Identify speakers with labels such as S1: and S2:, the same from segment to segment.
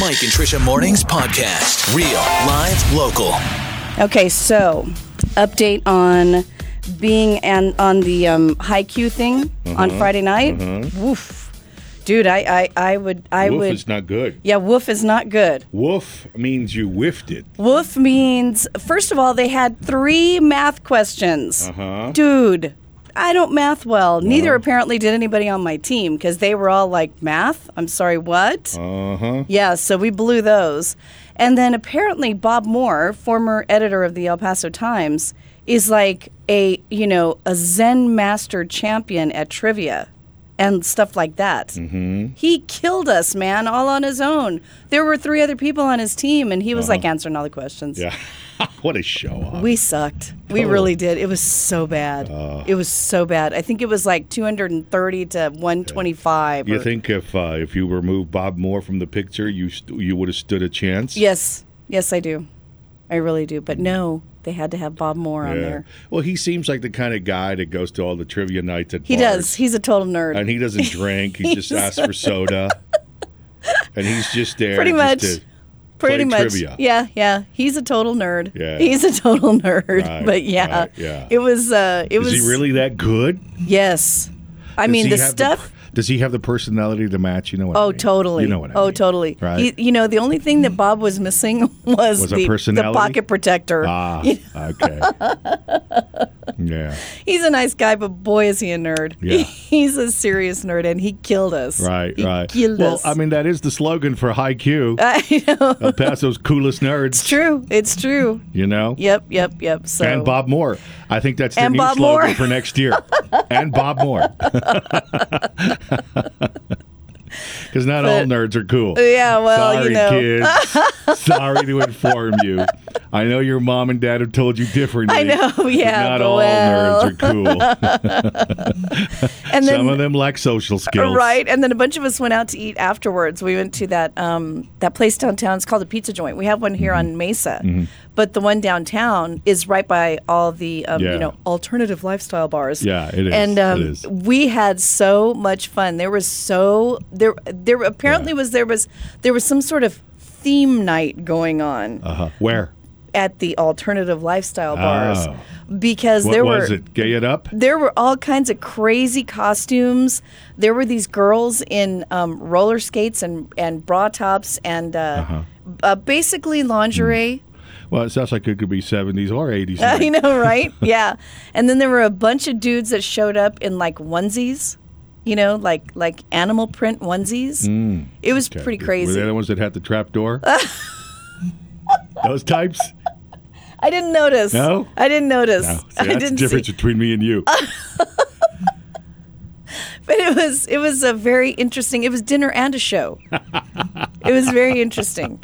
S1: Mike and Trisha Mornings Podcast. Real, live, local.
S2: Okay, so update on being and on the um, high Q thing
S3: Mm-hmm.
S2: on Friday night. Woof, dude, I I, I would I
S3: Woof
S2: would
S3: is not good.
S2: yeah, woof is not good.
S3: Woof means you whiffed it.
S2: Woof means first of all they had three math questions,
S3: Uh-huh.
S2: dude. I don't math well. Neither apparently did anybody on my team because they were all like, math? I'm sorry, what?
S3: Uh huh.
S2: Yeah, so we blew those. And then apparently Bob Moore, former editor of the El Paso Times, is like a, you know, a Zen master champion at trivia and stuff like that. Mm-hmm. He killed us, man, all on his own. There were three other people on his team and he was like answering all the questions.
S3: Uh-huh. Yeah. Oh. what a show off.
S2: We sucked. We really did. It was so bad.
S3: Uh.
S2: it was so bad. I think it was like 230 to 125.
S3: You
S2: or-
S3: think if uh, if you remove Bob Moore from the picture, you st- you would have stood a chance?
S2: Yes, yes, I do. I really do. But no, they had to have Bob Moore on
S3: Yeah.
S2: there.
S3: Well, he seems like the kind of guy that goes to all the trivia nights at
S2: He
S3: bars.
S2: does. He's a total nerd.
S3: and he doesn't drink. He just asks for soda, and he's just there.
S2: Pretty
S3: just
S2: much.
S3: to-
S2: Pretty
S3: play
S2: much.
S3: trivia.
S2: Yeah, yeah. He's a total nerd.
S3: Yeah.
S2: He's a total nerd.
S3: Right,
S2: but yeah,
S3: right, yeah.
S2: it was. Uh, it was
S3: is he really that good?
S2: Yes. I
S3: Does
S2: mean
S3: he
S2: the
S3: have
S2: stuff.
S3: does he have the personality to match? You know what? I
S2: Oh,
S3: mean.
S2: totally.
S3: You know what? I
S2: oh,
S3: mean.
S2: totally.
S3: Right.
S2: He, you know, the only thing that Bob was missing was,
S3: Was
S2: the,
S3: a
S2: the
S3: personality?
S2: pocket protector.
S3: Ah, okay. yeah,
S2: He's a nice guy, but boy, is he a nerd.
S3: Yeah.
S2: He's a serious nerd, and he killed us.
S3: right,
S2: He
S3: right.
S2: Killed
S3: well,
S2: us.
S3: I mean, that is the slogan for High Q.
S2: I know.
S3: El Paso's coolest nerds.
S2: It's true. It's true.
S3: You know.
S2: Yep, yep, yep. So
S3: And Bob Moore. I think that's the
S2: And
S3: new
S2: Bob
S3: slogan
S2: Moore.
S3: for next year. and Bob Moore. Because not all
S2: But-
S3: nerds are cool.
S2: Yeah, well,
S3: Sorry,
S2: you know.
S3: kids. Sorry to inform you. I know your mom and dad have told you differently.
S2: I know,
S3: but
S2: yeah,
S3: Not
S2: but
S3: all
S2: well.
S3: nerds are cool.
S2: and then
S3: Some of them lack social skills.
S2: right, and then a bunch of us went out to eat afterwards. We went to that um, that place downtown. It's called a pizza joint. We have one here
S3: Mm-hmm.
S2: on Mesa, but the one downtown is right by all the um,
S3: Yeah.
S2: you know alternative lifestyle bars.
S3: Yeah, it is.
S2: And um,
S3: it is.
S2: we had so much fun. There was so there there apparently
S3: Yeah.
S2: was there was there was some sort of theme night going on
S3: Uh-huh. Where?
S2: at the alternative lifestyle bars
S3: Oh.
S2: because
S3: What
S2: there were
S3: was it? Gay it up?
S2: there were all kinds of crazy costumes. There were these girls in um, roller skates and, and bra tops and uh,
S3: Uh-huh.
S2: uh basically lingerie.
S3: Well, it sounds like it could be 70s or 80s.
S2: I know, right? yeah. And then there were a bunch of dudes that showed up in like onesies, you know, like like animal print onesies. It was pretty
S3: Mm. Were
S2: crazy.
S3: they the ones that had the trap door? Those types?
S2: I didn't notice.
S3: No?
S2: I didn't notice.
S3: No. See,
S2: I
S3: that's the
S2: didn't see. Oh,
S3: difference between me and you.
S2: but it was it was a very interesting. It was dinner and a show. it was very interesting.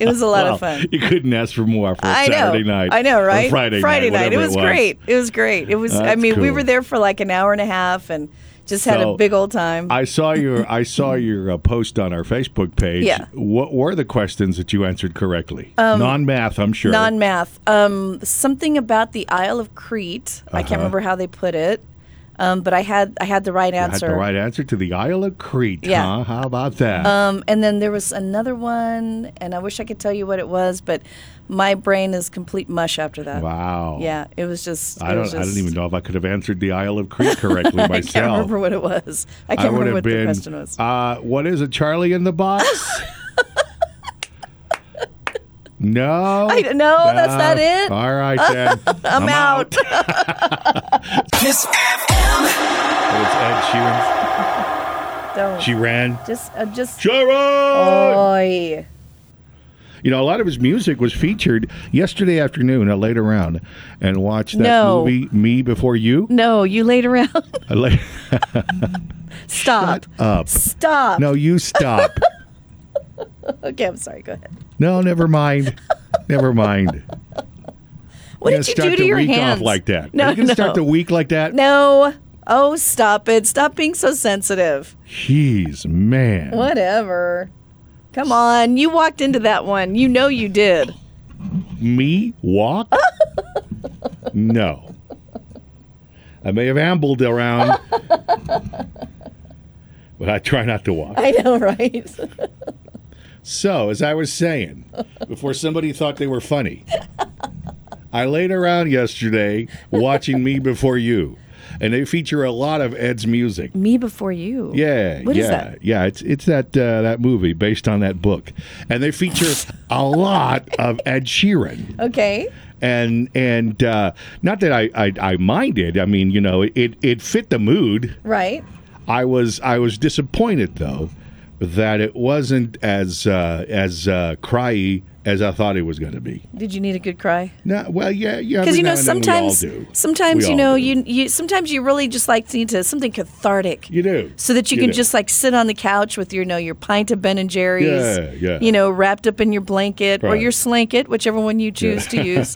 S2: It was a lot
S3: Wow.
S2: of fun.
S3: You couldn't ask for more for a
S2: I know.
S3: Saturday night.
S2: I know,
S3: or
S2: right?
S3: Friday,
S2: Friday
S3: night.
S2: It
S3: whatever
S2: was, great. It was great. It was. I
S3: That's
S2: mean, we
S3: cool.
S2: were there for like an hour and a half and just had a
S3: So,
S2: big old time.
S3: I saw your I saw your uh, post on our Facebook page.
S2: Yeah. Um,
S3: What were the questions that you answered correctly? non math, I'm sure.
S2: Non math. Um, something about the Isle of Crete. I
S3: Uh-huh.
S2: can't remember how they put it, um, but I had I had the right
S3: I had
S2: answer.
S3: the right answer to the Isle of Crete.
S2: Yeah.
S3: Huh? How about that?
S2: um, and then there was another one, and I wish I could tell you what it was, but my brain is complete mush after that.
S3: wow.
S2: Yeah, it was just.
S3: Oh. I
S2: it
S3: don't.
S2: was
S3: I don't
S2: just-
S3: even know if I could have answered the Isle of Crete correctly
S2: I
S3: myself.
S2: can't remember what it was. I
S3: I
S2: can't
S3: would
S2: remember
S3: have
S2: what
S3: been.
S2: the question was.
S3: Uh, what is a Charlie in the box? no. Uh,
S2: I- no, that's not it.
S3: All right then.
S2: I'm, out.
S1: Kiss
S3: It's Ed Sheeran.
S2: Don't.
S3: She ran.
S2: Just, uh, just.
S3: Sharon.
S2: Oh. Oi.
S3: You know, a lot of his music was featured yesterday afternoon. I laid around and watched that
S2: No.
S3: movie, Me Before You. Uh,
S2: No, you laid around.
S3: I lay-
S2: Stop.
S3: up.
S2: Stop.
S3: no, you stop.
S2: Okay, I'm sorry. Go ahead.
S3: no, never mind. Never mind.
S2: What
S3: You're
S2: did you
S3: gonna
S2: do
S3: start
S2: to
S3: the
S2: your
S3: week
S2: hands?
S3: off like that?
S2: No,
S3: Are you gonna
S2: no.
S3: start the week like that?
S2: No. Oh, stop it. Stop being so sensitive.
S3: Jeez, man.
S2: Whatever. Come on. You walked into that one. You know you did.
S3: Me walk? no. I may have ambled around, but I try not to walk.
S2: I know, right?
S3: So, as I was saying, before somebody thought they were funny, I laid around yesterday watching Me Before You, and they feature a lot of Ed's music.
S2: Me before you.
S3: Yeah,
S2: What
S3: yeah,
S2: is that?
S3: yeah. It's it's that uh, that movie based on that book, and they feature a lot of Ed Sheeran
S2: Okay.
S3: and and uh, not that I, I I minded. I mean, you know, it it fit the mood.
S2: Right.
S3: I was I was disappointed though that it wasn't as uh, as uh, cryy as I thought it was going to be.
S2: Did you need a good cry?
S3: No, well, yeah, yeah.
S2: Because
S3: every
S2: you know
S3: now and then
S2: sometimes
S3: we all do.
S2: sometimes
S3: We
S2: you
S3: all
S2: know
S3: do.
S2: you you sometimes you really just like need to something cathartic.
S3: You do.
S2: So that you,
S3: You
S2: can
S3: do.
S2: just like sit on the couch with your you know your pint of Ben and Jerry's,
S3: Yeah, yeah.
S2: you know, wrapped up in your blanket or
S3: Right.
S2: your slanket, whichever one you choose to use.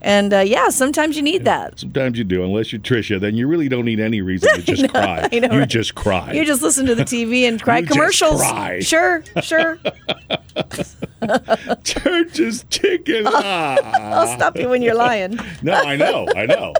S2: And uh, yeah, sometimes you need that.
S3: Sometimes you do, unless you're Trisha, then you really don't need any reason to just cry.
S2: I know,
S3: you
S2: right?
S3: just cry.
S2: You just listen to the TV and cry
S3: You just
S2: commercials.
S3: cry.
S2: Sure, sure.
S3: Church's chicken.
S2: Oh.
S3: Ah.
S2: I'll stop you when you're lying.
S3: No, I know, I know.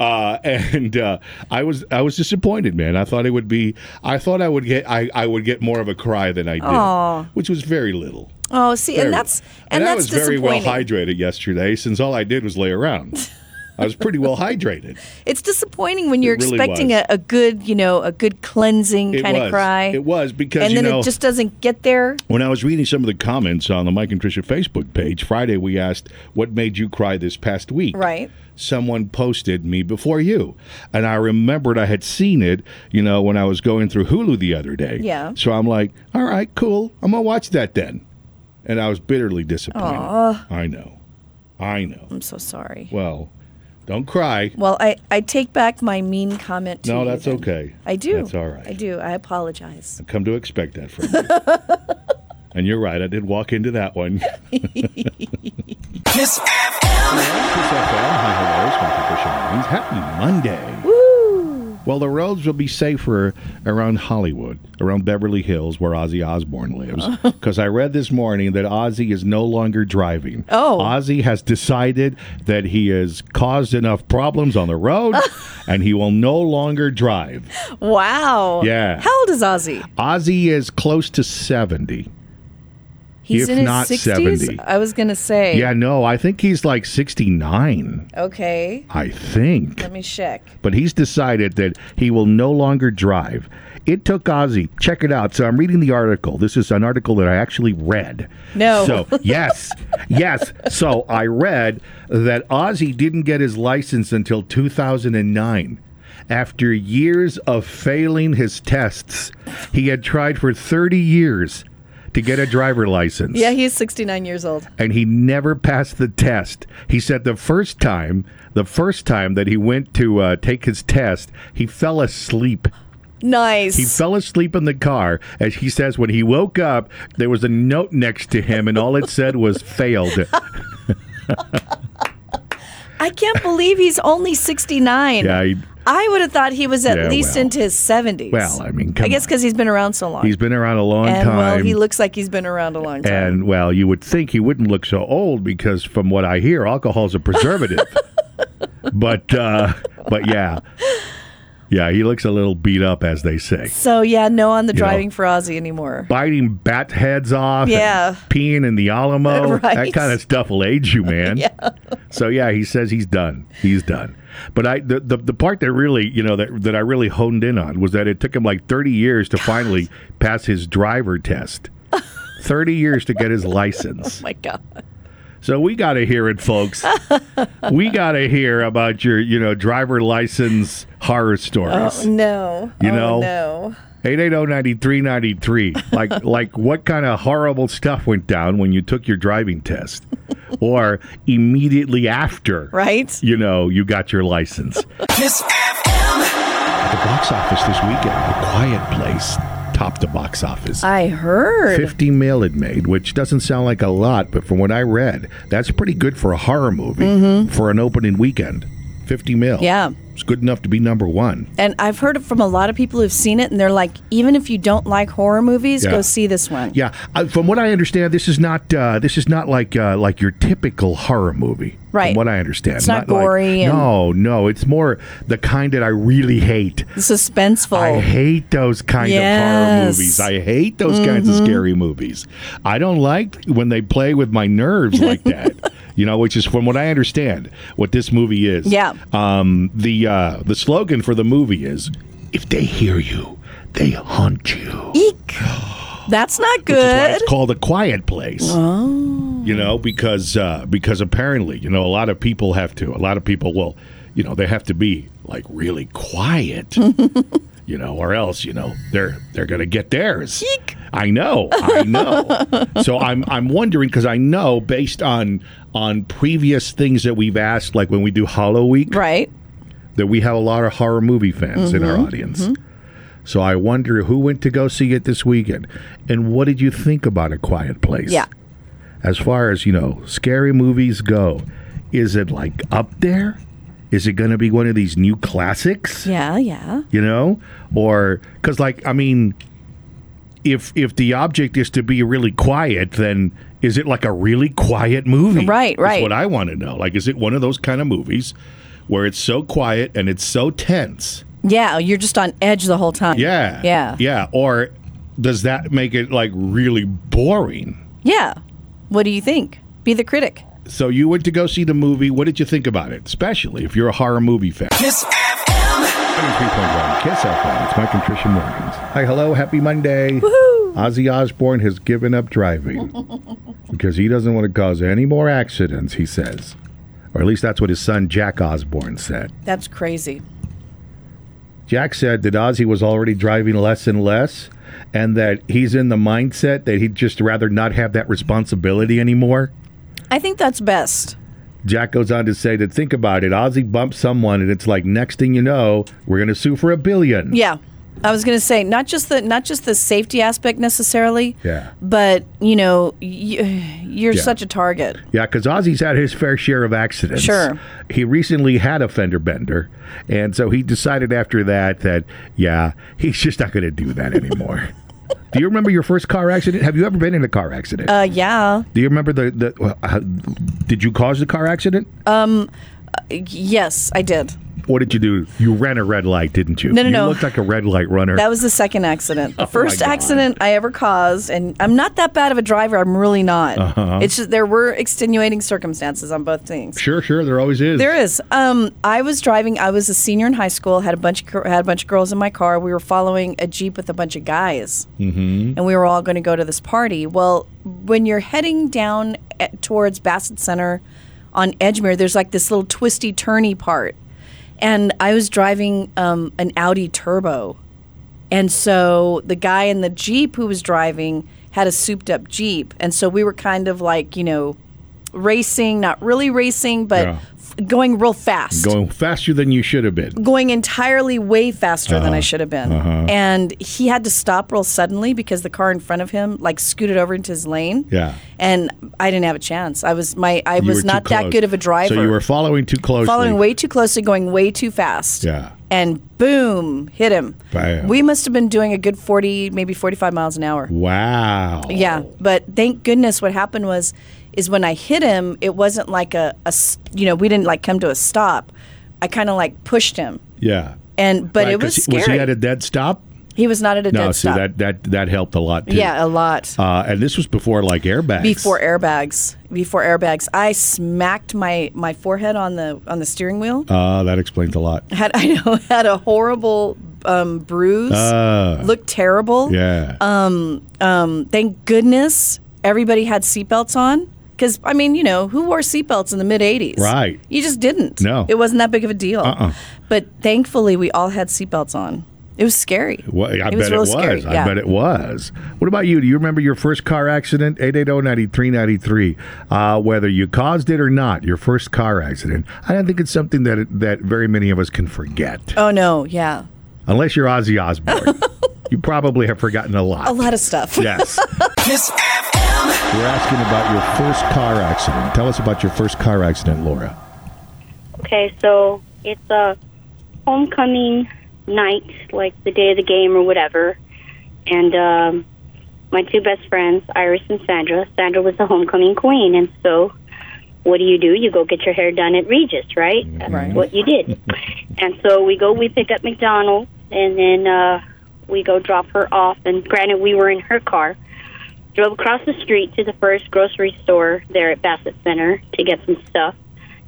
S3: Uh, and uh, I was I was disappointed, man. I thought it would be. I thought I would get. I, I would get more of a cry than I did,
S2: Aw.
S3: which was very little.
S2: Oh, see,
S3: Very
S2: and that's
S3: little.
S2: and,
S3: I
S2: that's
S3: was very well
S2: disappointing.
S3: hydrated yesterday, since all I did was lay around. I was pretty well hydrated.
S2: It's disappointing when you're
S3: It really
S2: expecting
S3: was.
S2: a, a good, you know, a good cleansing
S3: It
S2: kind
S3: was.
S2: of cry.
S3: It was because
S2: and
S3: you
S2: then
S3: know
S2: it just doesn't get there.
S3: When I was reading some of the comments on the Mike and Trisha Facebook page Friday, we asked, What made you cry this past week?
S2: Right.
S3: Someone posted me before you. And I remembered I had seen it, you know, when I was going through Hulu the other day.
S2: Yeah.
S3: So I'm like, All right, cool. I'm going to watch that then. And I was bitterly disappointed. I know. I know.
S2: I'm so sorry.
S3: Well, don't cry.
S2: Well, I, I take back my mean comment. To
S3: No,
S2: you
S3: that's
S2: then.
S3: okay.
S2: I do.
S3: That's all right.
S2: I do. I apologize.
S3: Come to expect that from you. and you're right. I did walk into that one.
S1: Kiss
S3: Kiss FM. Hi, hello. It's Michael Fisher Mornings. Happy Monday.
S2: Woo!
S3: Well, the roads will be safer around Hollywood, around Beverly Hills, where Ozzy Osbourne lives. Because I read this morning that Ozzy is no longer driving.
S2: Oh.
S3: Ozzy has decided that he has caused enough problems on the road and he will no longer drive.
S2: Wow.
S3: Yeah.
S2: How old is Ozzy?
S3: Ozzy is close to 70.
S2: He's
S3: If
S2: in his
S3: not
S2: 60s.
S3: 70.
S2: I was gonna say.
S3: Yeah, no, I think he's like 69.
S2: Okay.
S3: I think.
S2: Let me check.
S3: but he's decided that he will no longer drive. It took Ozzy. Check it out. So I'm reading the article. This is an article that I actually read.
S2: No.
S3: So yes, yes. So I read that Ozzy didn't get his license until 2009. After years of failing his tests, he had tried for 30 years to get a driver license
S2: Yeah, he's 69 years old.
S3: and he never passed the test. He said the first time, the first time that he went to uh, take his test, he fell asleep.
S2: Nice.
S3: He fell asleep in the car. As he says, when he woke up, there was a note next to him, and all it said was failed.
S2: I can't believe he's only 69.
S3: Yeah, he-
S2: I would have thought he was at
S3: Yeah,
S2: least
S3: well.
S2: into his 70s.
S3: Well, I mean, come
S2: I guess
S3: on.
S2: because he's been around so long.
S3: He's been around a long
S2: and
S3: time.
S2: well, he looks like he's been around a long time.
S3: and well, you would think he wouldn't look so old because, from what I hear, alcohol's a preservative. but, uh, but yeah, yeah, he looks a little beat up, as they say.
S2: so yeah, no on the
S3: know.
S2: driving for Ozzy anymore.
S3: biting bat heads off, and
S2: Yeah.
S3: peeing in the Alamo.
S2: Right.
S3: That kind of stuff will age you, man. So yeah, he says he's done. He's done. But I the, the the part that really you know that that I really honed in on was that it took him like 30 years to finally pass his driver test. 30 years to get his license.
S2: Oh my God.
S3: So we got to hear it, folks. we got to hear about your, you know, driver license horror stories.
S2: Oh no.
S3: You
S2: oh,
S3: know?
S2: No.
S3: oh, 880-9393 like like what kind of horrible stuff went down when you took your driving test or immediately after
S2: Right?
S3: you know you got your license at
S1: Kiss FM.
S3: the box office this weekend the quiet place topped the box office
S2: I heard.
S3: 50 mil it made which doesn't sound like a lot but from what i read that's pretty good for a horror movie for an opening weekend 50 mil
S2: Mm-hmm. Yeah.
S3: It's good enough to be number one.
S2: And I've heard it from a lot of people who've seen it, and they're like, even if you don't like horror movies,
S3: Yeah.
S2: go see this one.
S3: Yeah, I, from what I understand, this is not uh, this is not like uh, like your typical horror movie.
S2: Right.
S3: From what I understand,
S2: It's not
S3: like-
S2: gory and-
S3: no, no, it's more the kind that I really hate.
S2: Suspenseful.
S3: I hate those kinds of horror
S2: Oh. Yes. Mm-hmm.
S3: movies. I hate those kinds of scary movies. I don't like when they play with my nerves like that. you know, which is from what I understand what this movie is.
S2: Yeah.
S3: Um, the uh, the slogan for the movie is, "If they hear you, they hunt you."
S2: Eek. That's not
S3: Which is why
S2: good.
S3: it's called a quiet place. Oh. You know, because uh, because apparently, you know, a lot of people have to. A lot of people will, you know, they have to be like really quiet. you know, or else, you know, they're they're gonna get theirs.
S2: Eek.
S3: I know, I know. so I'm I'm wondering because I know based on on previous things that we've asked, like when we do Hollow Week,
S2: Right.
S3: that we have a lot of horror movie fans in our audience. So I wonder who went to go see it this weekend, and what did you think about A Quiet Place?
S2: Yeah.
S3: As far as you know, scary movies go, is it like up there? Is it going to be one of these new classics?
S2: Yeah, yeah.
S3: You know, or because like I mean, if if the object is to be really quiet, then is it like a really quiet movie?
S2: Right,
S3: Is
S2: right.
S3: what I want to know. Like, is it one of those kind of movies where it's so quiet and it's so tense?
S2: Yeah, you're just on edge the whole time.
S3: Yeah.
S2: Yeah.
S3: Yeah. Or does that make it like really boring?
S2: Yeah. What do you think? Be the critic.
S3: So you went to go see the movie. What did you think about it? Especially if you're a horror movie fan.
S1: Kiss FM.
S3: 93.1 Kiss FM. It's Mike and Trisha Morgans. Hi, hello, happy Monday. Woohoo! Ozzy Osbourne has given up driving because he doesn't want to cause any more accidents, he says. Or at least that's what his son Jack Osbourne said.
S2: That's crazy.
S3: Jack said that Ozzy was already driving less and less and that he's in the mindset that he'd just rather not have that responsibility anymore.
S2: I think that's best.
S3: Jack goes on to say that think about it, Ozzy bumped someone and it's like next thing you know, we're going to sue for a billion.
S2: Yeah. I was going to say not just the not just the safety aspect necessarily.
S3: Yeah.
S2: But, you know, y- you're
S3: Yeah.
S2: such a target.
S3: Yeah, because Ozzy's had his fair share of accidents.
S2: Sure.
S3: He recently had a fender bender, and so he decided after that that, yeah, he's just not going to do that anymore. do you remember your first car accident? Have you ever been in a car accident?
S2: Uh, yeah.
S3: do you remember the, the well, how, did you cause the car accident?
S2: Uh, Yes, I did.
S3: What did you do? You ran a red light, didn't you?
S2: No, no,
S3: you
S2: no.
S3: looked like a red light runner.
S2: That was the second accident. The first
S3: Oh God.
S2: accident I ever caused, and I'm not that bad of a driver. I'm really not.
S3: Uh-huh.
S2: It's just there were extenuating circumstances on both things.
S3: sure, sure, there always is.
S2: There is. Um, I was driving. I was a senior in high school. had a bunch of, gir- had a bunch of girls in my car. We were following a jeep with a bunch of guys, mm-hmm. and we were all going to go to this party. Well, when you're heading down at, towards Bassett Center on Edgemere, there's like this little twisty turny part, and I was driving um, an Audi Turbo, and so the guy in the jeep who was driving had a souped up jeep, and so we were kind of like you know. Racing, not really racing, but
S3: Yeah.
S2: going real fast,
S3: Going faster than you should have been.
S2: going entirely way faster than
S3: Uh-huh.
S2: I should have been. And he had to stop real suddenly because the car in front of him like scooted over into his lane.
S3: Yeah.
S2: And I didn't have a chance. I was my I
S3: You were
S2: was
S3: too
S2: not that
S3: close.
S2: good of a driver.
S3: So you were following too closely.
S2: following way too closely, going way too fast.
S3: Yeah.
S2: And boom, hit him.
S3: Bam.
S2: We must have been doing a good 40, maybe 45 miles an hour.
S3: Wow.
S2: Yeah, but thank goodness what happened was is when I hit him, it wasn't like a, a s- you know, we didn't like come to a stop. I kind of like pushed him.
S3: Yeah.
S2: And but
S3: Right,
S2: it was
S3: 'cause he-
S2: scary.
S3: Was he at a dead stop?
S2: He was not at a
S3: No,
S2: dead
S3: see
S2: stop.
S3: that that that helped a lot too.
S2: yeah, a lot.
S3: Uh, and this was before like airbags.
S2: before airbags, before airbags, I smacked my my forehead on the on the steering wheel.
S3: Uh, that explains a lot.
S2: Had I know had a horrible um, bruise. looked terrible.
S3: Ah. Yeah.
S2: Uh, Thank goodness everybody had seatbelts on. Because I mean, you know, who wore seatbelts in the mid '80s?
S3: Right.
S2: You just didn't.
S3: No.
S2: It wasn't that big of a deal. Uh-uh. But thankfully, we all had seatbelts on. It was scary.
S3: Well, I
S2: it
S3: bet
S2: was
S3: it
S2: real
S3: was.
S2: Scary.
S3: I
S2: yeah.
S3: bet it was. What about you? Do you remember your first car accident? oh, 880-9393. Uh, whether you caused it or not, your first car accident. I don't think it's something that that very many of us can forget.
S2: Oh no! Yeah,
S3: Unless you're Ozzy Osbourne. you probably have forgotten a lot.
S2: a lot of stuff.
S3: Yes.
S1: Kiss FM.
S3: We're asking about your first car accident. Tell us about your first car accident, Laura.
S4: Okay, so it's a homecoming night, like the day of the game or whatever. And um, my two best friends, Iris and Sandra, Sandra was the homecoming queen. And so, what do you do? You go get your hair done at Regis, right? That's
S2: Right.
S4: what you did. and so, we go, we pick up McDonald's, and then uh, we go drop her off. And granted, we were in her car. Drove across the street to the first grocery store there at Bassett Center to get some stuff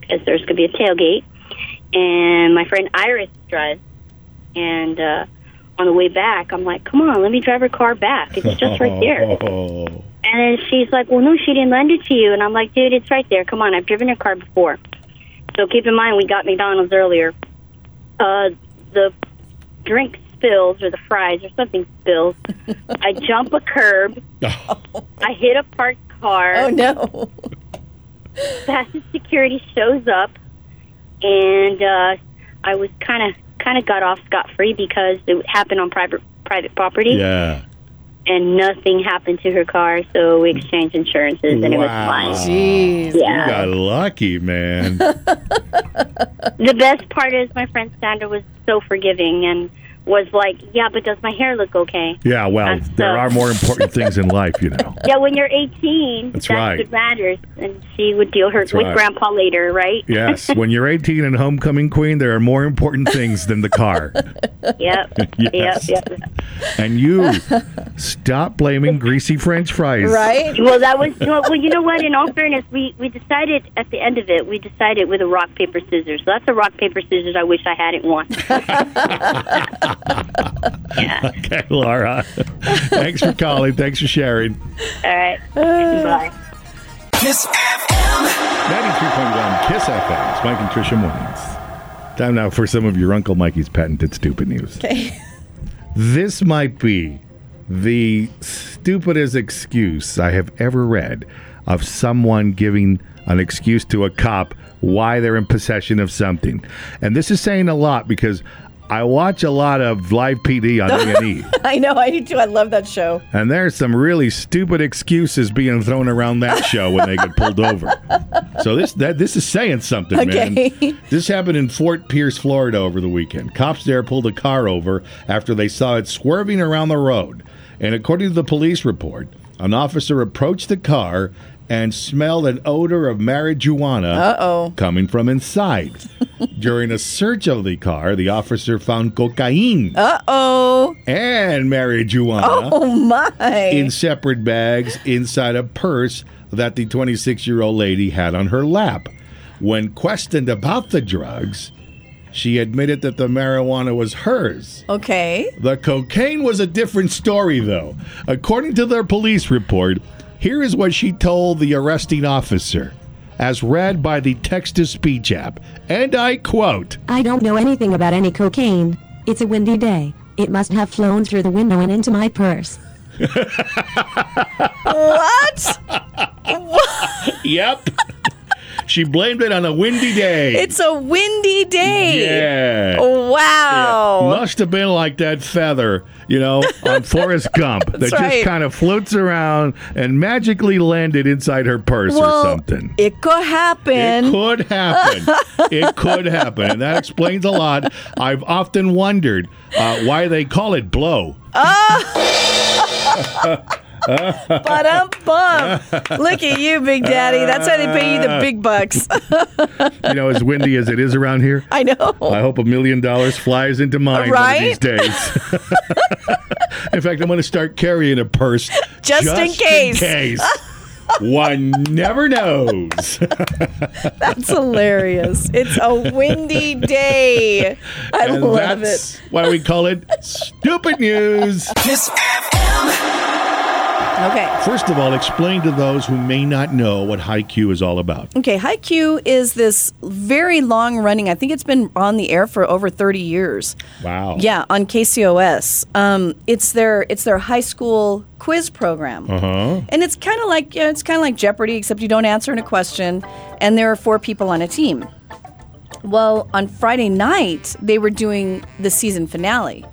S4: because there's going to be a tailgate. And my friend Iris drives and uh, on the way back, I'm like, come on, let me drive her car back. It's just right there.
S3: Oh,
S4: And then she's like, well, no, she didn't lend it to you. And I'm like, dude, it's right there. Come on, I've driven her car before. So keep in mind, we got McDonald's earlier. Uh, the drink spills or the fries or something spills. I jump a curb. I hit a parked car.
S5: Oh no.
S4: Bassett security shows up, and uh, I was kind of kind of got off scot free because it happened on private private property,
S3: yeah.
S4: and nothing happened to her car. So we exchanged insurances, and it was
S3: Wow.
S4: fine.
S2: Jeez.
S3: You
S4: Yeah.
S3: got lucky, man.
S4: The best part is my friend Sandra was so forgiving and was like, "Yeah, but does my hair look okay?"
S3: Yeah, well,
S4: That's
S3: there
S4: the-
S3: are more important things in life, you know.
S4: Yeah, when you're 18,
S3: That's
S4: that's
S3: right.
S4: what matters. And she would deal her with
S3: right.
S4: Grandpa later, right?
S3: Yes, when you're 18 and homecoming queen, there are more important things than the car.
S4: Yep.
S3: Yes.
S4: Yep. Yep.
S3: And you stop blaming greasy French fries.
S2: Right?
S4: Well, that was well. You know what? In all fairness, we we decided at the end of it, we decided with a rock paper scissors. So that's a rock paper scissors. I wish I had it once. yeah.
S3: Okay, Laura. Thanks for calling. Thanks for sharing.
S4: All right. Bye.
S1: Kiss
S3: 93.1 Kiss FM. It's Mike and Trisha Mornings. Time now for some of your Uncle Mikey's patented stupid news.
S5: Okay.
S3: This might be the stupidest excuse I have ever read of someone giving an excuse to a cop why they're in possession of something. And this is saying a lot because I watch a lot of live PD on E. E&E.
S5: I know. I do too. I love that show.
S3: And there's some really stupid excuses being thrown around that show when they get pulled over. So this that this is saying something,
S5: Okay.
S3: man. This happened in Fort Pierce, Florida over the weekend. Cops there pulled a car over after they saw it swerving around the road. And according to the police report, an officer approached the car and smelled an odor of marijuana
S5: Uh-oh.
S3: coming from inside. During a search of the car, the officer found cocaine
S5: Uh oh.
S3: and marijuana
S5: Oh my.
S3: in separate bags inside a purse that the 26 year old lady had on her lap. When questioned about the drugs, she admitted that the marijuana was hers.
S5: okay.
S3: The cocaine was a different story, though. According to their police report, here is what she told the arresting officer, as read by the text to speech app. And I quote,
S6: I don't know anything about any cocaine. It's a windy day. It must have flown through the window and into my purse.
S5: What?
S3: Yep. she blamed it on a windy day.
S2: It's a windy day.
S3: yeah.
S2: Wow.
S3: Must have been like that feather, you know, on Forrest Gump that just
S2: right.
S3: kind of floats around and magically landed inside her purse or
S2: Well,
S3: something.
S2: it could happen.
S3: It could happen. it could happen. And that explains a lot. I've often wondered uh, why they call it blow.
S2: Bump, bump. Look at you, Big Daddy. That's why they pay you the big bucks.
S3: You know, as windy as it is around here.
S2: I know.
S3: I hope a million dollars flies into mine one of these
S2: Oh. Right?
S3: days. in fact, I'm going to start carrying a purse
S2: Just in case.
S3: case. One never knows.
S2: That's hilarious. It's a windy day. I
S3: and
S2: love it.
S3: that's why we call it stupid news.
S1: Kiss FM.
S2: Okay.
S3: First of all, explain to those who may not know what Haiku is all about.
S2: Okay, Haikyuu is this very long running, I think it's been on the air for over 30 years.
S3: Wow.
S2: Yeah, on KCOS. Um, it's their it's their high school quiz program.
S3: Uh-huh.
S2: And it's kind of like yeah, it's kind of like Jeopardy except you don't answer in a question and there are four people on a team. Well, on Friday night they were doing the season finale.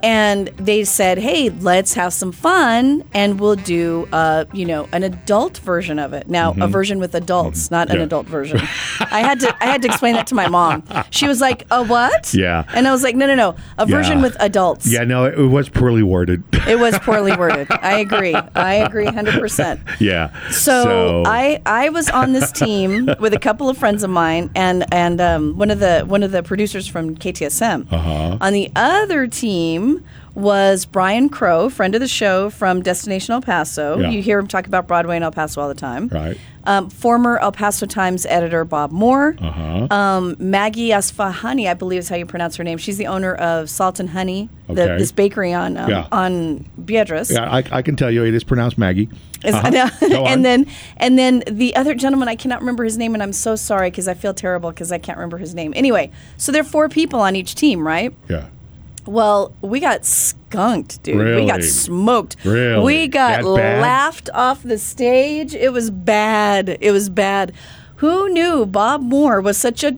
S2: and they said, "Hey, let's have some fun, and we'll do, uh, you know, an adult version of it. Now, a version with adults, not an
S3: Mm-hmm. Yeah.
S2: adult version." I had to, I had to explain that to my mom. She was like, "A what?"
S3: Yeah.
S2: and I was like, "No, no, no, a version
S3: Yeah.
S2: with adults."
S3: Yeah, no, it, it was poorly worded.
S2: It was poorly worded. I agree. I agree 100%.
S3: yeah.
S2: So, I I was on this team with a couple of friends of mine and and um, one of the one of the producers from KTSM.
S3: Uh-huh.
S2: On the other team was Brian Crow, friend of the show from Destination El Paso.
S3: Yeah.
S2: You hear him talk about Broadway in El Paso all the time.
S3: Right.
S2: Um, former El Paso Times editor Bob Moore.
S3: Uh-huh.
S2: Um, Maggie Asfahani, I believe is how you pronounce her name. She's the owner of Salt and Honey, the,
S3: Okay.
S2: this bakery on um,
S3: Yeah.
S2: on Beatrice.
S3: Yeah, I, I can tell you it is pronounced Maggie.
S2: Is-
S3: Uh-huh. Go on.
S2: and then and then the other gentleman I cannot remember his name and I'm so sorry because I feel terrible because I can't remember his name. Anyway, so there are four people on each team, right?
S3: Yeah.
S2: Well, we got skunked, dude. We got
S3: Really?
S2: smoked.
S3: Really?
S2: We got
S3: That bad?
S2: laughed off the stage. It was bad. It was bad. Who knew Bob Moore was such a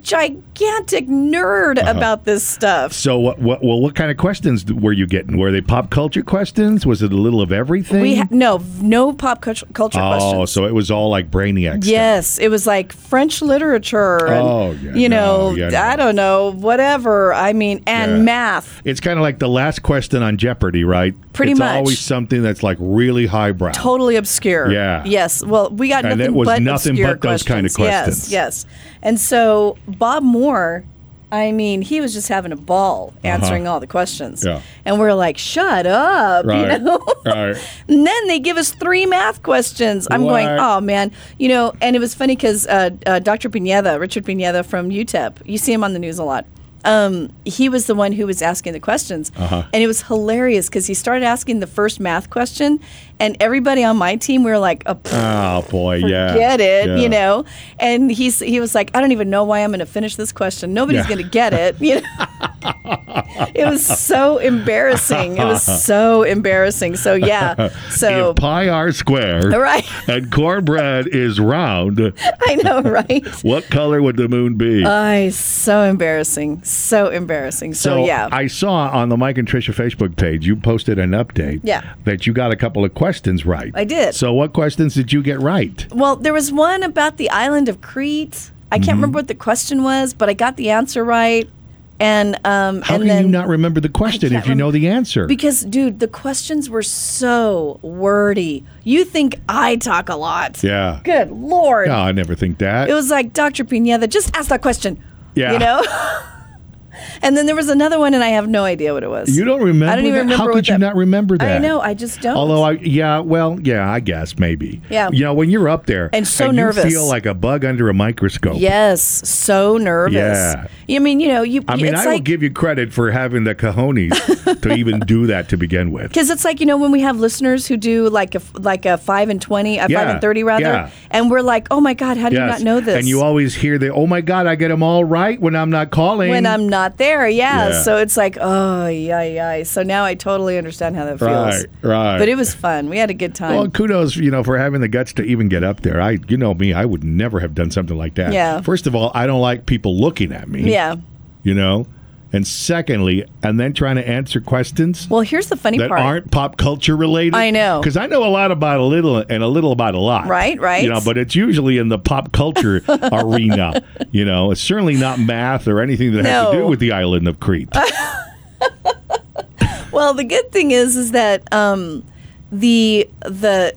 S2: gigantic nerd
S3: Uh-huh.
S2: about this stuff?
S3: So what? What? Well, what kind of questions were you getting? Were they pop culture questions? Was it a little of everything?
S2: We ha- no no pop culture, culture
S3: oh,
S2: questions.
S3: so it was all like Brainiac. stuff.
S2: Yes, it was like French literature. And,
S3: Oh, yeah,
S2: you know,
S3: no, yeah, no.
S2: I don't know, whatever. I mean, and
S3: Yeah.
S2: math.
S3: It's kind of like the last question on Jeopardy, right?
S2: Pretty
S3: it's
S2: much.
S3: always something that's like really highbrow.
S2: Totally obscure.
S3: Yeah.
S2: Yes. Well, we got
S3: And
S2: nothing
S3: it was
S2: but
S3: nothing
S2: obscure
S3: but those kind of questions.
S2: Yes. Yes. And so Bob Moore, I mean, he was just having a ball answering all the questions.
S3: Uh-huh. Yeah.
S2: And we're like, shut up,
S3: right.
S2: you know.
S3: right.
S2: And then they give us three math questions. I'm going,
S3: What?
S2: oh man, you know. And it was funny because uh, uh, Dr. Pineda, Richard Pineda from UTEP, you see him on the news a lot. Um, he was the one who was asking the questions, and it was hilarious because he started asking the first math question, and everybody on my team we were like, oh, pff,
S3: Oh boy, yeah.
S2: get it,
S3: Yeah.
S2: you know. And he's he was like, I don't even know why I'm going to finish this question. Nobody's
S3: Yeah.
S2: going to get it. You know, it was so embarrassing. It was so embarrassing. So yeah, so
S3: if pi r squared
S2: Right.
S3: and cornbread is round,
S2: I know, right?
S3: what color would the moon be?
S2: I so embarrassing, so embarrassing. So, yeah,
S3: I saw on the Mike and Trisha Facebook page you posted an update.
S2: Yeah.
S3: That you got a couple of questions right.
S2: I did.
S3: So what questions did you get right?
S2: well, there was one about the island of Crete. I
S3: Mm-hmm.
S2: can't remember what the question was, but I got the answer right. And um,
S3: How
S2: and
S3: can
S2: then
S3: you not remember the question
S2: can't
S3: if you know the answer?
S2: because, dude, the questions were so wordy. You think I talk a lot?
S3: yeah.
S2: Good lord.
S3: No, Oh, I never think that.
S2: It was like Dr. Pineda, just ask that question.
S3: Yeah.
S2: You know. and then there was another one, and I have no idea what it was.
S3: you don't remember.
S2: I don't even
S3: that?
S2: remember.
S3: How
S2: what
S3: could you
S2: that-
S3: not remember that?
S2: I know. I just don't.
S3: Although I yeah, well, yeah, I guess maybe.
S2: Yeah.
S3: You know, when you're up there
S2: And so
S3: you
S2: nervous.
S3: feel like a bug under a microscope.
S2: Yes, so nervous.
S3: Yeah.
S2: I mean, you know, you.
S3: I mean,
S2: it's
S3: I will
S2: like,
S3: give you credit for having the cojones to even do that to begin with.
S2: because it's like you know when we have listeners who do like a like a five and twenty, a five
S3: Yeah,
S2: and thirty rather,
S3: yeah.
S2: and we're like, oh my god, how do you
S3: Yes.
S2: not know this?
S3: And you always hear the, oh my God, I get them all right when I'm not calling.
S2: when I'm not there, yeah.
S3: Yeah.
S2: So it's like, oh yeah, yeah. So now I totally understand how that feels.
S3: Right, right.
S2: But it was fun. We had a good time.
S3: Well, kudos, you know, for having the guts to even get up there. I, you know me, I would never have done something like that.
S2: Yeah.
S3: First of all, I don't like people looking at me.
S2: yeah.
S3: You know, and secondly, and then trying to answer questions.
S2: Well, here's the funny
S3: that
S2: part.
S3: aren't pop culture related.
S2: I know.
S3: because I know a lot about a little and a little about a lot.
S2: Right, right.
S3: You know, but it's usually in the pop culture arena. You know, it's certainly not math or anything that has to
S2: No.
S3: do with the island of Crete.
S2: Well, the good thing is, is that um, the the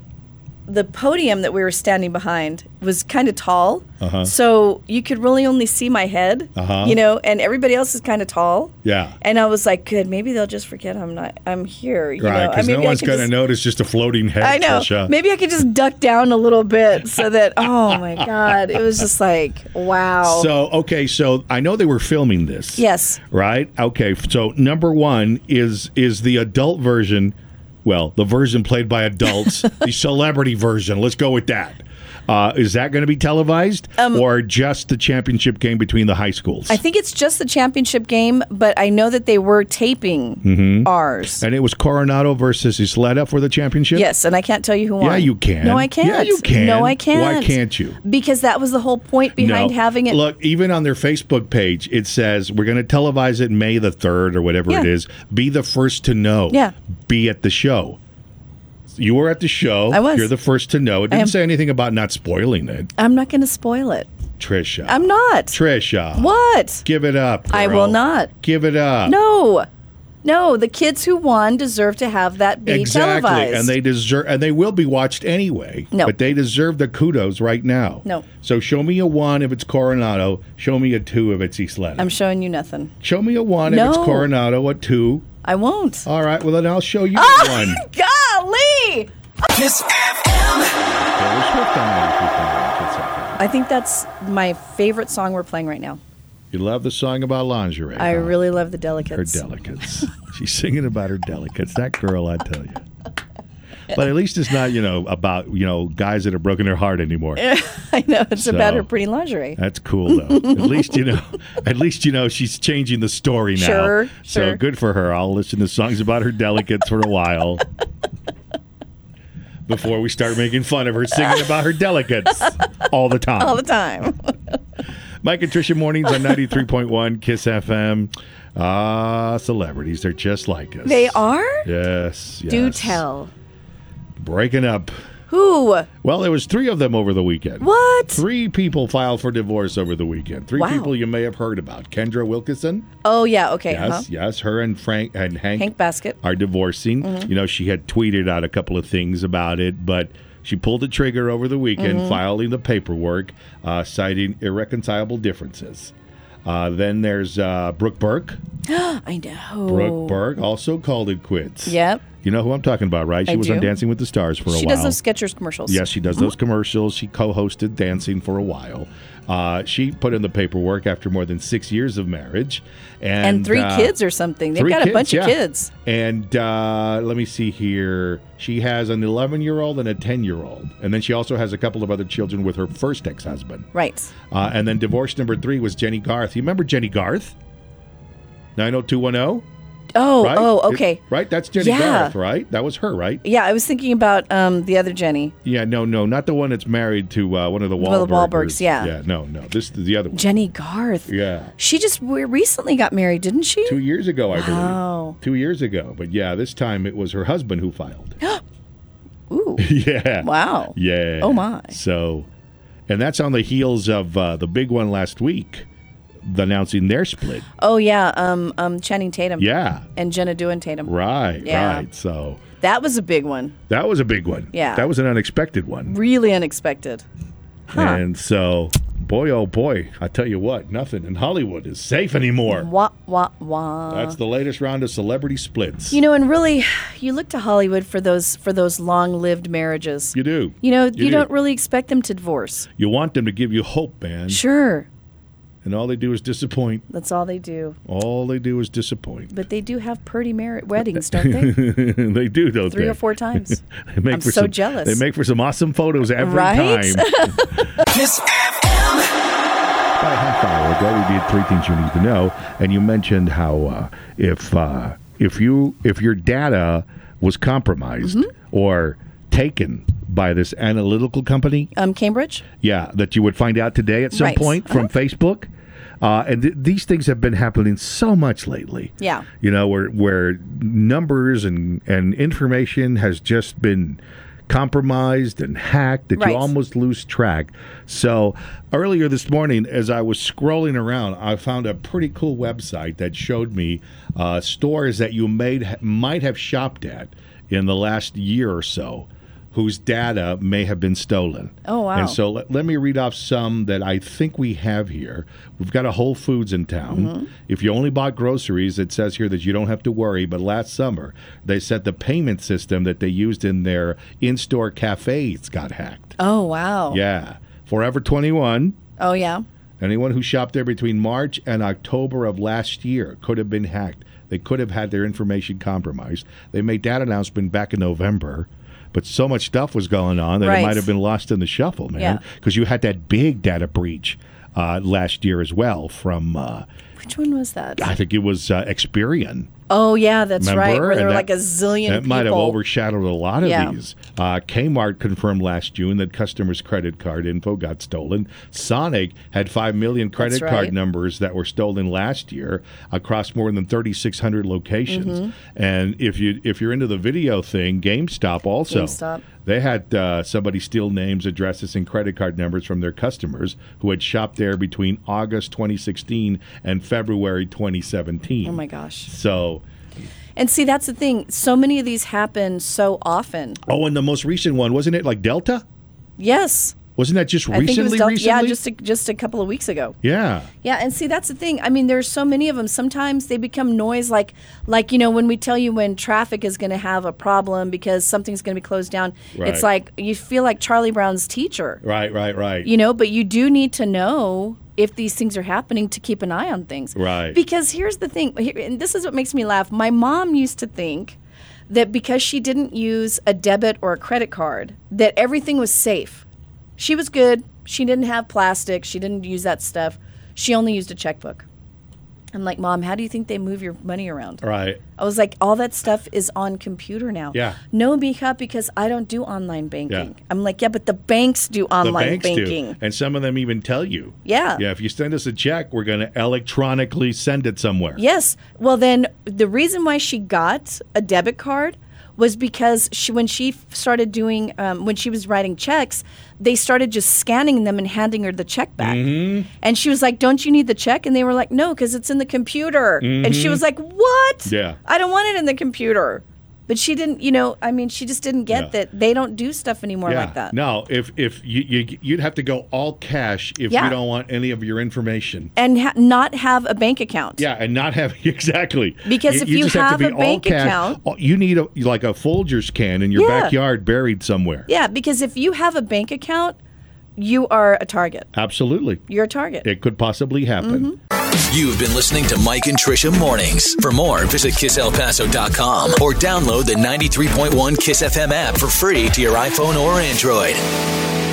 S2: the podium that we were standing behind was kind of tall, so you could really only see my head,
S3: Uh-huh.
S2: you know, and everybody else is kind of tall.
S3: yeah.
S2: And I was like, good, maybe they'll just forget I'm not, I'm here, you
S3: Right,
S2: know. I
S3: because
S2: maybe
S3: no
S2: I
S3: one's
S2: could
S3: going to
S2: just-
S3: notice just a floating head.
S2: I know.
S3: Trisha.
S2: Maybe I could just duck down a little bit so that. Oh my God! It was just like wow.
S3: So okay, so I know they were filming this.
S2: yes.
S3: Right. Okay. f- So number one is is the adult version well, the version played by adults, the celebrity version. Let's go with that. Uh, is that going to be televised, or just the championship game between the high schools?
S2: Um, I think it's just the championship game, but I know that they were taping ours.
S3: Mm-hmm. and it was Coronado versus Isleta for the championship.
S2: Yes, and I can't tell you who won.
S3: Yeah, you can.
S2: No, I
S3: Yeah,
S2: can't.
S3: you can.
S2: No,
S3: Why
S2: I can't.
S3: can't you?
S2: Because that was the whole point behind
S3: No.
S2: having it.
S3: Look, even on their Facebook page, it says we're going to televise it May the third or whatever it
S2: Yeah.
S3: is. Be the first to know.
S2: Yeah.
S3: Be at the show. You were at the show.
S2: I was.
S3: You're the first to know. It didn't
S2: am.
S3: say anything about not spoiling it,
S2: I'm not going to spoil it.
S3: Trisha.
S2: I'm not.
S3: Trisha.
S2: what?
S3: Give it up.
S2: I
S3: girl.
S2: will not.
S3: Give it up.
S2: No. No, the kids who won deserve to have that be
S3: Exactly,
S2: televised.
S3: and they deserve, and they will be watched anyway.
S2: No.
S3: but they deserve the kudos right now.
S2: No.
S3: So show me a one if it's Coronado. Show me a two if it's Isleta.
S2: I'm showing you nothing.
S3: Show me a one if
S2: No.
S3: it's Coronado, a two.
S2: I won't.
S3: All right, well then I'll show you a one.
S2: Golly!
S1: Kiss FM.
S3: Taylor Swift on 93.9 Kiss FM.
S2: I think that's my favorite song we're playing right now.
S3: You love the song about lingerie.
S2: I
S3: huh?
S2: really love the
S3: her
S2: delicates.
S3: delicates. She's singing about her delicates. That girl, I tell you. But at least it's not, you know, about you know guys that have broken their heart anymore.
S2: I know it's about
S3: So-
S2: her pretty lingerie.
S3: That's cool though. at least you know. At least you know she's changing the story now.
S2: Sure,
S3: So
S2: sure.
S3: good for her. I'll listen to songs about her delicates for a while before we start making fun of her singing about her delicates all the time.
S2: All the time.
S3: Mike and Trisha mornings on ninety three point one Kiss FM. Ah, celebrities. They're just like us.
S2: They are?
S3: Yes, yes.
S2: Do tell.
S3: Breaking up.
S2: Who?
S3: Well, there was three of them over the weekend.
S2: What?
S3: Three people filed for divorce over the weekend. Three
S2: Wow.
S3: people you may have heard about. Kendra Wilkinson.
S2: Oh yeah, okay.
S3: Yes,
S2: huh?
S3: yes. Her and Frank and Hank,
S2: Hank Mm-hmm. Basket.
S3: are divorcing. You know, she had tweeted out a couple of things about it, but she pulled the trigger over the weekend,
S2: Mm-hmm.
S3: filing the paperwork, uh, citing irreconcilable differences. Uh, then there's uh, Brooke Burke.
S2: I know.
S3: Brooke Burke also called it quits.
S2: Yep.
S3: You know who I'm talking about, right? She
S2: I
S3: was on
S2: do.
S3: Dancing with the Stars for a
S2: She
S3: while.
S2: does those Skechers commercials.
S3: Yes, she does those commercials. She co-hosted Dancing for a while. Uh, she put in the paperwork after more than six years of marriage, and,
S2: And, three
S3: uh,
S2: kids or something. They've
S3: three
S2: got a
S3: kids,
S2: bunch
S3: yeah.
S2: of kids.
S3: And uh, let me see here. She has an 11 year old and a 10 year old, and then she also has a couple of other children with her first ex husband.
S2: Right.
S3: Uh, and then divorce number three was Jenny Garth. You remember Jenny Garth? 90210,
S2: Oh,
S3: right?
S2: oh,
S3: It-
S2: okay.
S3: right? That's Jenny
S2: Yeah.
S3: Garth, right? That was her, right?
S2: Yeah, I was thinking about um, the other Jenny.
S3: Yeah, no, no, not the one that's married to uh, one of the Wahlbergs.
S2: One of the Wahlbergs, yeah.
S3: Yeah, no, no. This is the other one.
S2: Jenny Garth.
S3: Yeah.
S2: She just re- recently got married, didn't she?
S3: Two years ago, I believe.
S2: Wow.
S3: Two years ago. But yeah, this time it was her husband who filed.
S2: Ooh.
S3: yeah.
S2: Wow.
S3: Yeah.
S2: Oh, my.
S3: So, and that's on the heels of uh, the big one last week announcing their split.
S2: Oh yeah, um, um, Channing Tatum.
S3: Yeah.
S2: And Jenna Dewan Tatum.
S3: Right,
S2: Yeah.
S3: right. So
S2: That was a big one.
S3: that was a big one.
S2: Yeah.
S3: That was an unexpected one.
S2: Really unexpected.
S3: And so, boy, oh boy, I tell you what, nothing in Hollywood is safe anymore.
S2: Wah wah wah.
S3: That's the latest round of celebrity splits.
S2: you know, and really, you look to Hollywood for those for those long-lived marriages.
S3: You do.
S2: You know, you,
S3: do.
S2: don't really expect them to divorce.
S3: You want them to give you hope, man.
S2: Sure,
S3: And all they do is disappoint.
S2: that's all they do.
S3: All they do is disappoint.
S2: But they do have pretty mar- weddings, don't they?
S3: they do, don't
S2: Three
S3: they?
S2: or four times.
S3: They make
S2: I'm
S3: for
S2: so
S3: some-
S2: jealous.
S3: They make for some awesome photos every
S2: Right?
S3: time.
S1: Kiss FM.
S3: About a half hour ago, we did three things you need to know, and you mentioned how uh, if uh, if you if your data was compromised
S2: Mm-hmm.
S3: or taken by this analytical company,
S2: um, Cambridge.
S3: yeah, that you would find out today at some
S2: Right. Uh-huh.
S3: point from Facebook. Uh, and th- these things have been happening so much lately.
S2: Yeah.
S3: you know where where numbers and and information has just been compromised and hacked that
S2: Right.
S3: you almost lose track. So earlier this morning, as I was scrolling around, I found a pretty cool website that showed me uh, stores that you made might have shopped at in the last year or so. Whose data may have been stolen.
S2: Oh, wow.
S3: And so so let, let me read off some that I think we have here. We've got a Whole Foods in town.
S2: Mm-hmm.
S3: If you only bought groceries, it says here that you don't have to worry. But last summer, they said the payment system that they used in their in store cafes got hacked.
S2: Oh wow.
S3: Yeah. Forever 21.
S2: Oh yeah.
S3: Anyone who shopped there between March and October of last year could have been hacked. They could have had their information compromised. They made that announcement back in November, but so much stuff was going on that it
S2: Right.
S3: might have been lost in the shuffle, man.
S2: Yeah.
S3: Because you had that big data breach uh, last year as well from, uh,
S2: Which one was that?
S3: I think it was uh, Experian.
S2: Oh yeah, that's right.
S3: Remember?
S2: Where there
S3: And
S2: were like
S3: that-
S2: a zillion
S3: That
S2: people.
S3: might have overshadowed a lot of
S2: Yeah.
S3: these. Uh, Kmart confirmed last June that customers' credit card info got stolen. Sonic had 5 million credit
S2: That's
S3: card
S2: right.
S3: numbers that were stolen last year across more than 3,600 locations.
S2: Mm-hmm.
S3: And if, you, if you're into the video thing, GameStop also.
S2: GameStop.
S3: They had uh, somebody steal names, addresses, and credit card numbers from their customers who had shopped there between August 2016 and February 2017.
S2: oh my gosh.
S3: So
S2: And see, that's the thing. So many of these happen so often.
S3: Oh, and the most recent one wasn't it like Delta?
S2: Yes.
S3: Wasn't that just recently?
S2: I think it was Delta.
S3: recently?
S2: Yeah, just a, just a couple of weeks ago.
S3: yeah.
S2: Yeah, and see that's the thing. I mean, there's so many of them. Sometimes they become noise, like like you know when we tell you when traffic is going to have a problem because something's going to be closed down.
S3: Right.
S2: It's like you feel like Charlie Brown's teacher,
S3: Right, right, right.
S2: you know. But you do need to know if these things are happening to keep an eye on things.
S3: Right.
S2: Because here's the thing, here- and this is what makes me laugh. My mom used to think that because she didn't use a debit or a credit card, that everything was safe. She was good. She didn't have plastic. She didn't use that stuff. She only used a checkbook. I'm like, Mom, how do you think they move your money around?
S3: Right.
S2: I was like, all that stuff is on computer now.
S3: Yeah.
S2: No, Mika, because I don't do online banking.
S3: Yeah.
S2: I'm like, yeah, but the banks do
S3: The
S2: online
S3: banks
S2: banking.
S3: do, and some of them even tell you.
S2: Yeah.
S3: Yeah. If you send us a check, we're going to electronically send it somewhere.
S2: Yes. Well, then the reason why she got a debit card was because she, when she f- started doing, um, when she was writing checks, they started just scanning them and handing her the check back.
S3: Mm-hmm.
S2: And she was like, "Don't you need the check?" And they were like, "No, because it's in the computer." And she was like, "What?
S3: Mm-hmm. Yeah.
S2: I don't want it in the computer." But she didn't, you know. I mean, she just didn't get
S3: Yeah.
S2: that they don't do stuff anymore
S3: Yeah.
S2: like that.
S3: No, if if you, you you'd have to go all cash if
S2: Yeah.
S3: you don't want any of your information.
S2: And ha- not have a bank account.
S3: Yeah, and not have exactly
S2: Because if you
S3: just
S2: have a
S3: all
S2: bank
S3: cash.
S2: account-
S3: All- you need a, like a Folgers can in your
S2: Yeah.
S3: backyard buried somewhere.
S2: Yeah, because if you have a bank account, you are a target.
S3: Absolutely,
S2: You're a target.
S3: it could possibly
S2: Mm-hmm.
S3: happen.
S1: You've been listening to Mike and Trisha mornings. For more, visit kisselpaso.com or download the 93.1 Kiss FM app for free to your iPhone or Android.